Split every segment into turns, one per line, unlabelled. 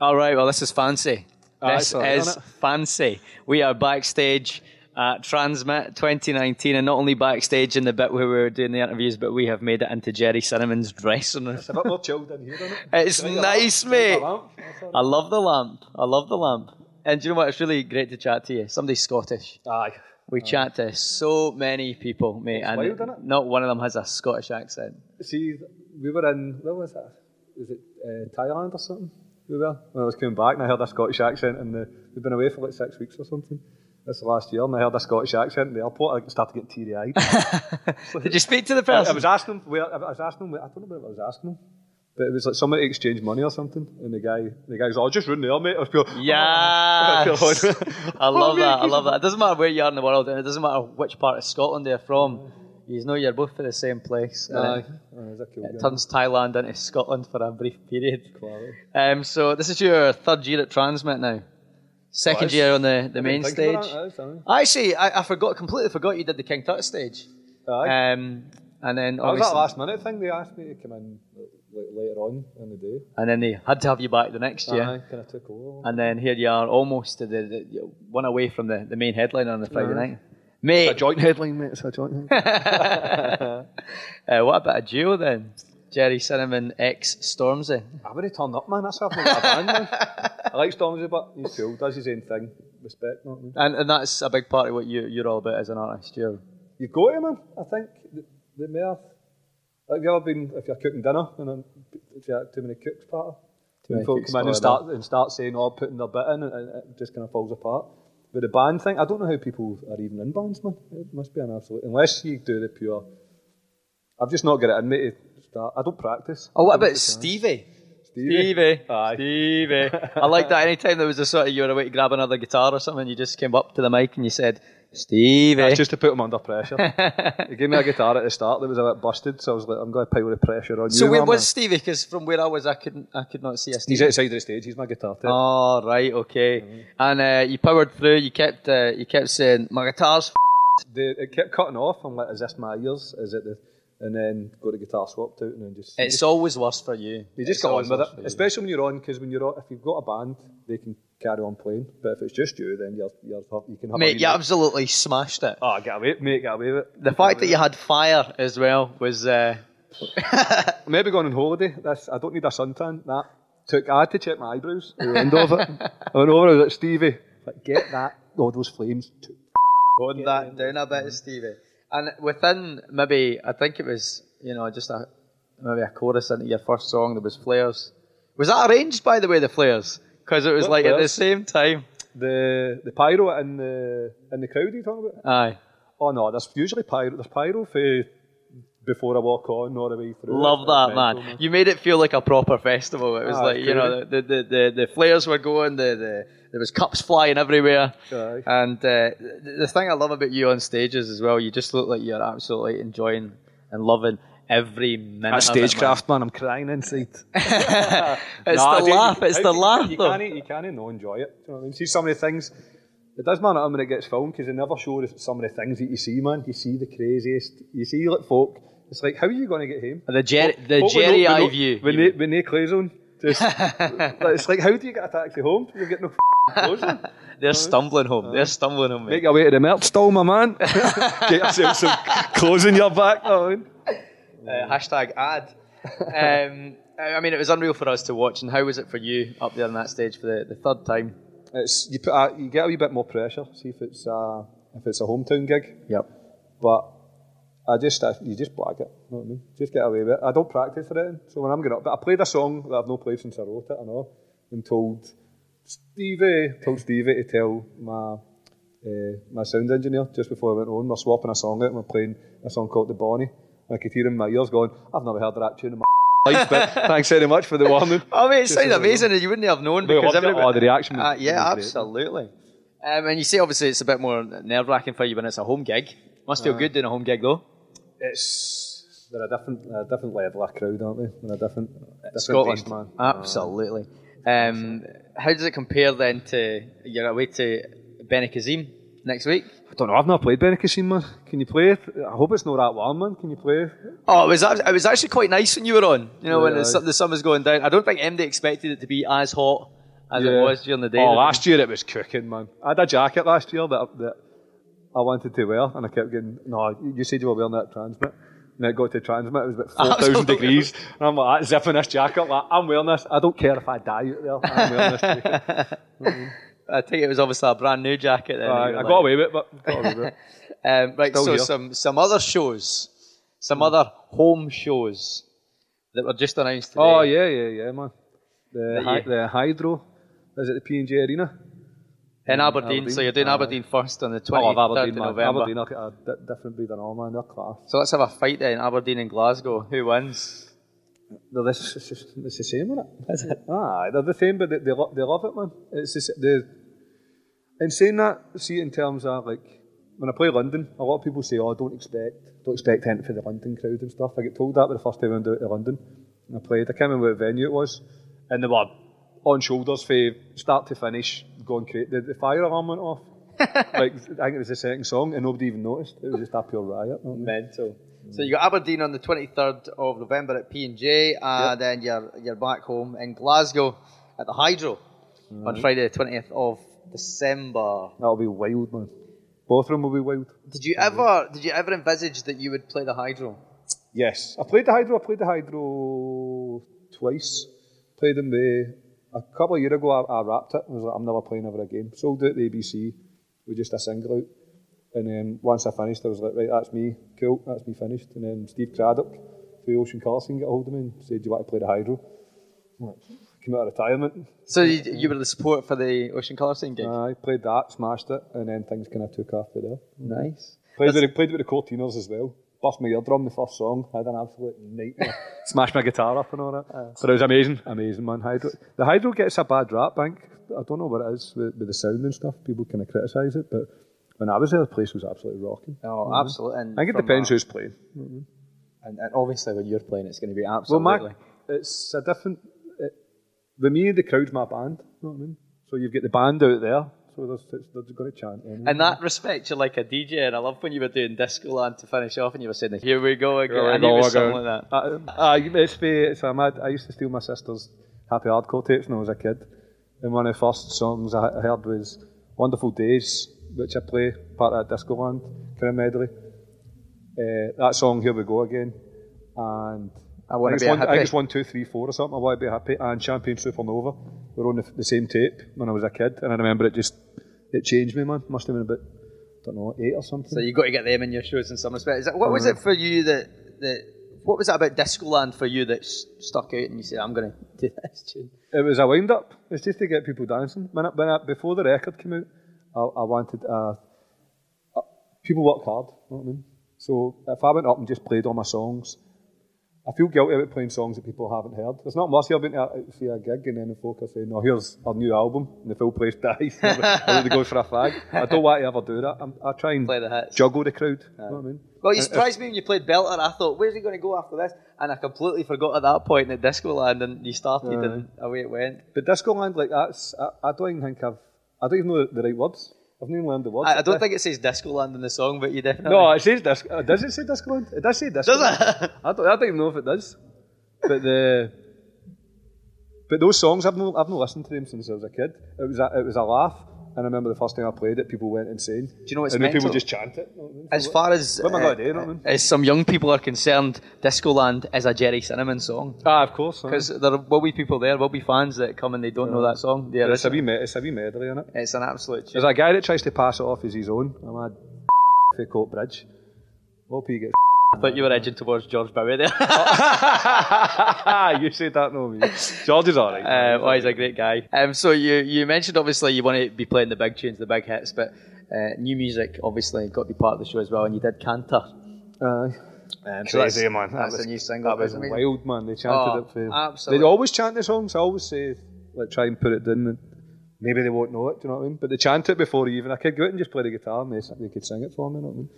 All right, well, this is fancy.
I
This
saw it,
is
innit?
fancy. We are backstage at Transmit 2019, and not only backstage in the bit where we were doing the interviews, but we have made it into Jerry Cinnamon's dressing room.
It's a bit more chilled in here, isn't it?
It's nice, mate. I love the lamp. I love the lamp. And do you know what? It's really great to chat to you. Somebody's Scottish.
Aye.
We chat to so many people, mate, and
wild, innit?
not one of them has a Scottish accent.
See, we were in, where was that? Was it uh, Thailand or something? We were. When I was coming back and I heard a Scottish accent and uh, we've been away for like six weeks or something. This last year and I heard a Scottish accent in the airport. I started getting teary eyed.
Did you speak to the
I, I
person?
was asking him where I was asking him where, I don't know where I was asking him. But it was like somebody exchanged money or something, and the guy, the guy was like, "I'll just run there, mate." I was pure,
Yes.
Oh,
I love
mate,
that. I
he's-
love that. It doesn't matter where you are in the world, and it doesn't matter which part of Scotland you're from. You know you're both from the same place. and
Aye.
it-
Aye, he's a cool
It
guy.
turns Thailand into Scotland for a brief period.
Quality.
Um, so this is your third year at Transmit now. Second
Nice.
year on the, the
I didn't
main
think about
stage.
that, eh, that's aye.
Actually, I, I forgot completely forgot you did the King Tut stage.
Aye.
Um, and then
Oh, That was that
obviously,
last minute thing they asked me to come in like, later on in the day.
and then they had to have you back the next year.
I kind of took over.
And then here you are, almost to the, the you- one away from the, the main headline on the Friday night. Mate,
joint headline, mate. It's a joint headline.
Uh, what about a duo then? Jerry Cinnamon X Stormzy.
I would have turned up, man. That's how I've got a band. man. I like Stormzy, but he's cool. Does his own thing. Respect, not me.
And, and that's a big part of what you, you're all about as an artist. You're,
You go to him, man. I think the, the mayor. Like, have you ever been, if you're cooking dinner, and then if you're at too many cooks party,
many
when folk
cooks
come in and
party,
start, and start saying, oh, putting their bit in, and, and it just kind of falls apart. But the band thing, I don't know how people are even in bands, man. It must be an absolute, unless you do the pure. I've just not got it in me to start. I don't practice.
oh, what about Stevie?
Stevie?
Stevie.
Aye.
Stevie. I like that. Anytime there was a sort of you were away to grab another guitar or something, you just came up to the mic and you said, Stevie.
That's just to put him under pressure. he gave me a guitar at the start that was a bit busted, so I was like, I'm going to pile the pressure on you.
so where
man,
was Stevie? Because from where I was, I couldn't, I could not see a
man." He's
Stevie.
outside of the stage, he's my guitar tech.
Oh right, okay. And uh, you powered through. You kept, uh, you kept saying, "My guitar's." F-.
the, it kept cutting off. I'm like, is this my ears? Is it the? And then got the guitar swapped out, and then just
It's always worse for you.
you just
It's
got on
always
with
worse for you.
it. Especially when you're on, because when you're on, if you've got a band, they can carry on playing. But if it's just you, then you're, you're you can have a
Mate,
wee
you
night.
absolutely smashed it.
Oh, get away, mate, get away with it.
The fact that you had fire as well was uh,
maybe going on holiday. This I don't need a suntan. That took. I had to check my eyebrows. At the end of it, I went over. I was like Stevie, like get that. Oh, those flames.
going that down a bit, Stevie. And within maybe, I think it was, you know, just a maybe a chorus into your first song. There was flares. Was that arranged, by the way, the flares? Because it was
What
like at the
flares?
same time.
The the pyro and the and the crowd. You talking about?
Aye,
Oh no, there's usually pyro. There's pyro for before I walk on or the way through.
love
It's
that
mental,
man. You made it feel like a proper festival. It was
Ah,
like you know the the, the the flares were going. The, the there was cups flying everywhere.
Aye.
And uh, the, the thing I love about you on stages as well, you just look like you're absolutely enjoying and loving every minute.
That's
of it, man.
stagecraft, man. I'm crying inside.
It's
Nah,
the
dude,
laugh.
you-
It's
how
the
can-
laugh.
You
though.
can't, you can't not enjoy it. Do you know what I mean? See some of the things. It does matter when it gets filmed because they never show us some of the things that you see, man. You see the craziest. You see like folk. It's like, how are you going to get home?
The, Jer- the
Folk with
Jerry
no- with
Eye
no-
view.
When they when they close on, just like, it's like, how do you get a taxi home? You've got no f***ing clothes on.
They're stumbling home. They're stumbling home.
Make
Mate.
your way to the merch stall, my man. get yourself some clothes in your back. Oh,
Uh, hashtag ad. Um, I I mean, it was unreal for us to watch. And how was it for you up there on that stage for the, the third time?
It's you put a, you get a wee bit more pressure. See if it's a, if it's a hometown gig,
Yep.
but I just I, you just blag it. You know what I mean? Just get away with it. I don't practice for it, so when I'm getting up, but I played a song that I've not played since I wrote it. I know, and told Stevie, told Stevie to tell my uh, my sound engineer just before I went on. We're swapping a song out. and We're playing a song called The Bonnie. And I could hear in my ears going, "I've never heard of that tune in my life." But thanks very much for the warning.
Oh, mate, it
Just
sounded
as a-
amazing. and You wouldn't have known
They
because
loved it.
everybody.
Oh, the reaction was
Uh, yeah,
really great.
absolutely. Um, and you say obviously it's a bit more nerve wracking for you when it's a home gig. Must feel good doing a home gig though.
it's they're a different they're a different level of crowd, aren't they? They're a different, different beast, man.
Ah, Uh, absolutely. Um, how does it compare then to you're away to Benicazim next week?
I don't know. I've not played Benicassin, man. Can you play it? I hope it's not that warm, man. Can you play it?
Oh, it was abs- it was actually quite nice when you were on. You know, when
Yeah,
the, su-
aye.
the sun was going down. I don't think MD expected it to be as hot as
Yeah.
it was during the day.
Oh, last year it was cooking, man. I had a jacket last year that, that I wanted to wear, and I kept getting, no, you said you were wearing that transmit. And it got to transmit, it was about 4,000
Absolutely.
degrees. And I'm like, zipping this jacket, like, I'm wearing this. I don't care if I die out there, I'm wearing this jacket.
I think it was obviously a brand new jacket. Then
Aye,
You were
I
like-
got away with it, but got away with it.
Um, right,
Still
so
here.
some some other shows, some other home shows that were just announced today.
Oh, yeah, yeah, yeah, man. The,
That
hy-
you-
the Hydro, is it the P&J Arena?
in Aberdeen, So
Aberdeen,
you're doing
aye.
Aberdeen first on the 23rd
Oh, I've Aberdeen,
of
man.
November.
Aberdeen are a di- different breed than all, man. They're class.
So let's have a fight then, Aberdeen and Glasgow. Who wins?
They're this, it's, just- it's the same, isn't it? Is it? Aye, they're the same, but they, they, lo- they love it, man. It's just, they, in saying that, see, in terms of like, when I play London, a lot of people say, oh, don't expect, don't expect anything for the London crowd and stuff. I get told that the first time I went out to London and I played. I can't remember what venue it was, and they were on shoulders for start to finish, going crazy. The, the fire alarm went off. like, I think it was the second song, and nobody even noticed. It was just a pure riot. you know what I mean?
Mental. So you got Aberdeen on the 23rd of November at P and J, and then you're you're back home in Glasgow at the Hydro
Mm-hmm.
on Friday the 20th of December.
That'll be wild, man. Both of them will be wild.
Did you
Mm-hmm.
ever did you ever envisage that you would play the Hydro?
Yes, I played the hydro. I played the hydro twice. Played them the, a couple of years ago. I, I wrapped it. I was like, I'm never playing ever again. Sold out the ABC with just a single out. And then once I finished, I was like, right, that's me. Cool, that's me finished. And then Steve Craddock, the Ocean Carson, got a hold of me and said, Do you want to play the hydro? I'm like, Came out of retirement.
So you,
Mm-hmm.
you were the support for the Ocean Colour Scene gig.
I played that, smashed it, and then things kind of took after there.
nice.
Played with, the, played with the Cortinas as well. Bust my eardrum the first song. Had an absolute nightmare. Smashed my guitar up and all that. but it was amazing. Amazing, man. Hydro. The Hydro gets a bad rap, Bank. I don't know what it is with, with the sound and stuff. People kind of criticise it, but when I was there, the place was absolutely rocking.
Oh, absolutely. And
I think it
from
depends
a-
who's playing.
and, and obviously, when you're playing, it's going to be
Well,
absolutely.
Mac, it's a different. It, with me, the crowd's my band. You know what I mean? So you've got the band out there, so there's, it's- they're going to chant. Anyway.
in that respect, you're like a DJ, and I love when you were doing Disco Land to finish off, and you were saying, "Here we go again."
Here we
I knew it
go
was something
again.
like that.
Uh, uh, it's be, it's, I'm, I used to steal my sister's happy hardcore tapes when I was a kid, and one of the first songs I I heard was "Wonderful Days," which I play part of that Discoland kind of medley. Uh, that song "Here We Go Again," and
I Wanna
think it's
Be a
one, I think
Hippie.
it's one, two, three, four or something. I want to be happy. And Champagne Supernova were on the, the same tape when I was a kid, and I remember it just it changed me, man. Must have been about don't know eight or something.
So you got to get them in your shows in some respect. Is that, what was it for you that that what was that about Disco Land for you that s- stuck out, and you said, "I'm going to do this tune"?
It was a wind up. It's just to get people dancing. When I, when I, before the record came out, I, I wanted uh, uh, people work hard. You know what I mean? So if I went up and just played all my songs, I feel guilty about playing songs that people haven't heard. It's not mercy. I've been to a- see a gig and then the folk are saying, "No, here's our new album," and the full place dies. I need to go for a fag. I don't want to ever do that. I'm, I try and
Play the hits.
juggle the crowd. You know what I mean?
Well, you surprised me when you played Belter. I thought, "Where's he going to go after this?" And I completely forgot at that point that Disco Land, and you started, and away it went.
But Discoland, like that's, I, I don't even think I've, I don't even know the, the right words. I've not even learned the words.
I, I don't think it says Disco Land in the song, but you definitely.
No, it says disc. Uh, does it say Discland? It does say Discland.
does it?
I don't, I don't even know if it does. But the but those songs I've no I've no listened to them since I was a kid. It was a, it was a laugh, and I remember the first time I played it, people went insane. Do
you know what's
And then people
mental?
just chant it. you know what I mean?
As
So
far as uh,
What am I gonna do, you know what I mean?
as some young people are concerned, Discoland is a Jerry Cinnamon song
ah, of course. huh?
because there will be people there, will be fans that come and they don't know that song. The
it's
original.
Uh-huh. a wee me- it's a wee medley in it.
It's an absolute. Tune.
There's a guy that tries to pass it off as his own. I'm a fake Coat Bridge. Hope he gets.
I thought you were edging towards George Bowie there.
you said that, no me. George is alright.
Uh, well, he's a great guy. Um, so you you mentioned obviously you want to be playing the big tunes, the big hits, but uh, new music obviously got to be part of the show as well. And you did Canter.
Aye.
Uh, Um, so
Crazy
that's-
man. That
that's
was,
a new single.
That was
That's amazing.
wild man. They chanted
Oh,
it for.
absolutely.
They always chant the songs. I always say like try and put it down. Maybe they won't know it. Do you know what I mean? But they chant it before even. I could go out and just play the guitar and they, s- they could sing it for me. You know what I mean?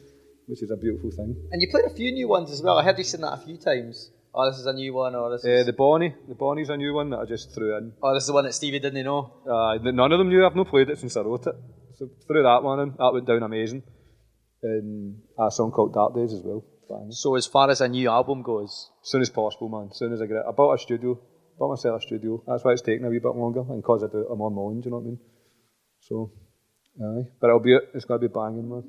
Which is a beautiful thing.
And you played a few new ones as well. I heard you sing that a few times. Oh, this is a new one, or this
Uh,
is,
the Bonnie. The Bonnie's a new one that I just threw in.
oh, this is the one that Stevie didn't know.
Uh, none of them knew. I've not played it since I wrote it. So threw that one in. That went down amazing. And a song called Dark Days as well. Bang.
So as far as a new album goes,
soon as possible, man. soon as I get it. I bought a studio Bought myself a studio. That's why it's taking a wee bit longer, and because I do, I'm on my own. Do you know what I mean? So, aye. But it'll be it's gonna be banging, man.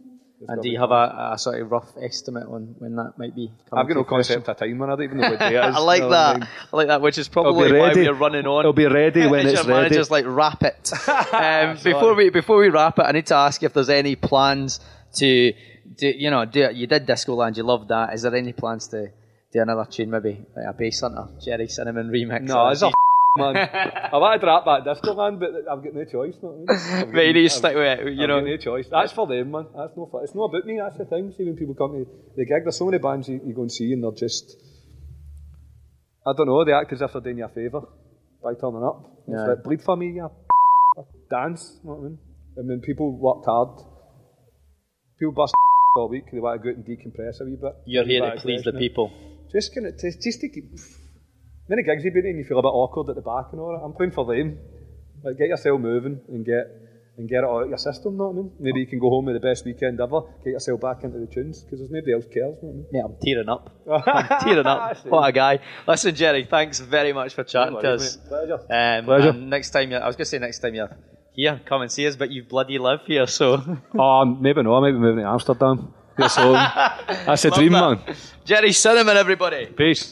And
It's
do
gonna be-
you have a, a sort of rough estimate on when that might be? coming
I've got
to
no
fruition?
concept of time, man. I don't even know what day it is.
I like
you know what I
that.
mean?
I like that, which is
It'll
probably
be
why
ready.
we're running on.
It'll be ready when
Is
it's
your
ready.
manager's like wrap it. Um, before we before we wrap it, I need to ask if there's any plans to do. You know, do you did Discoland? You loved that. Is there any plans to do another tune? Maybe like a bass hunter, Jerry Cinnamon remix.
No,
or
it's a man. I've had to rap back disco man, but I've got no choice. You know what I mean?
But you need to stick with it.
You
You
know,
know,
no choice. That's for them, man. That's no. It's not about me. That's the thing. See, when people come to the gig, there's so many bands you, you go and see, and they're just, I don't know. They act as if they're doing you a favour by turning up. It's
Yeah.
like bleed for me, yeah. Dance. You know what I mean? I mean, people worked hard. People bust all week. They want to go out and decompress a wee bit.
you're here
Back
to please the
freshen up
people.
just kind of just, just to keep many gigs you've been in, you feel a bit awkward at the back and all that. I'm playing for them. Like get yourself moving and get and get it all out of your system, know what I mean? Maybe you can go home with the best weekend ever, get yourself back into the tunes, because there's nobody else cares, know
Yeah, I'm tearing up.
what I mean?
Tearing up.
See?
What a guy. Listen, Jerry, thanks very much for chatting
No
to
worries,
us.
mate. Pleasure.
Um,
Pleasure.
and next time, you're, I was going to say next time you're here, come and see us, but you bloody live here, so.
Oh, maybe no, I might be moving to Amsterdam. That's home. That's a
Love that. Jerry Cinnamon, everybody.
Peace.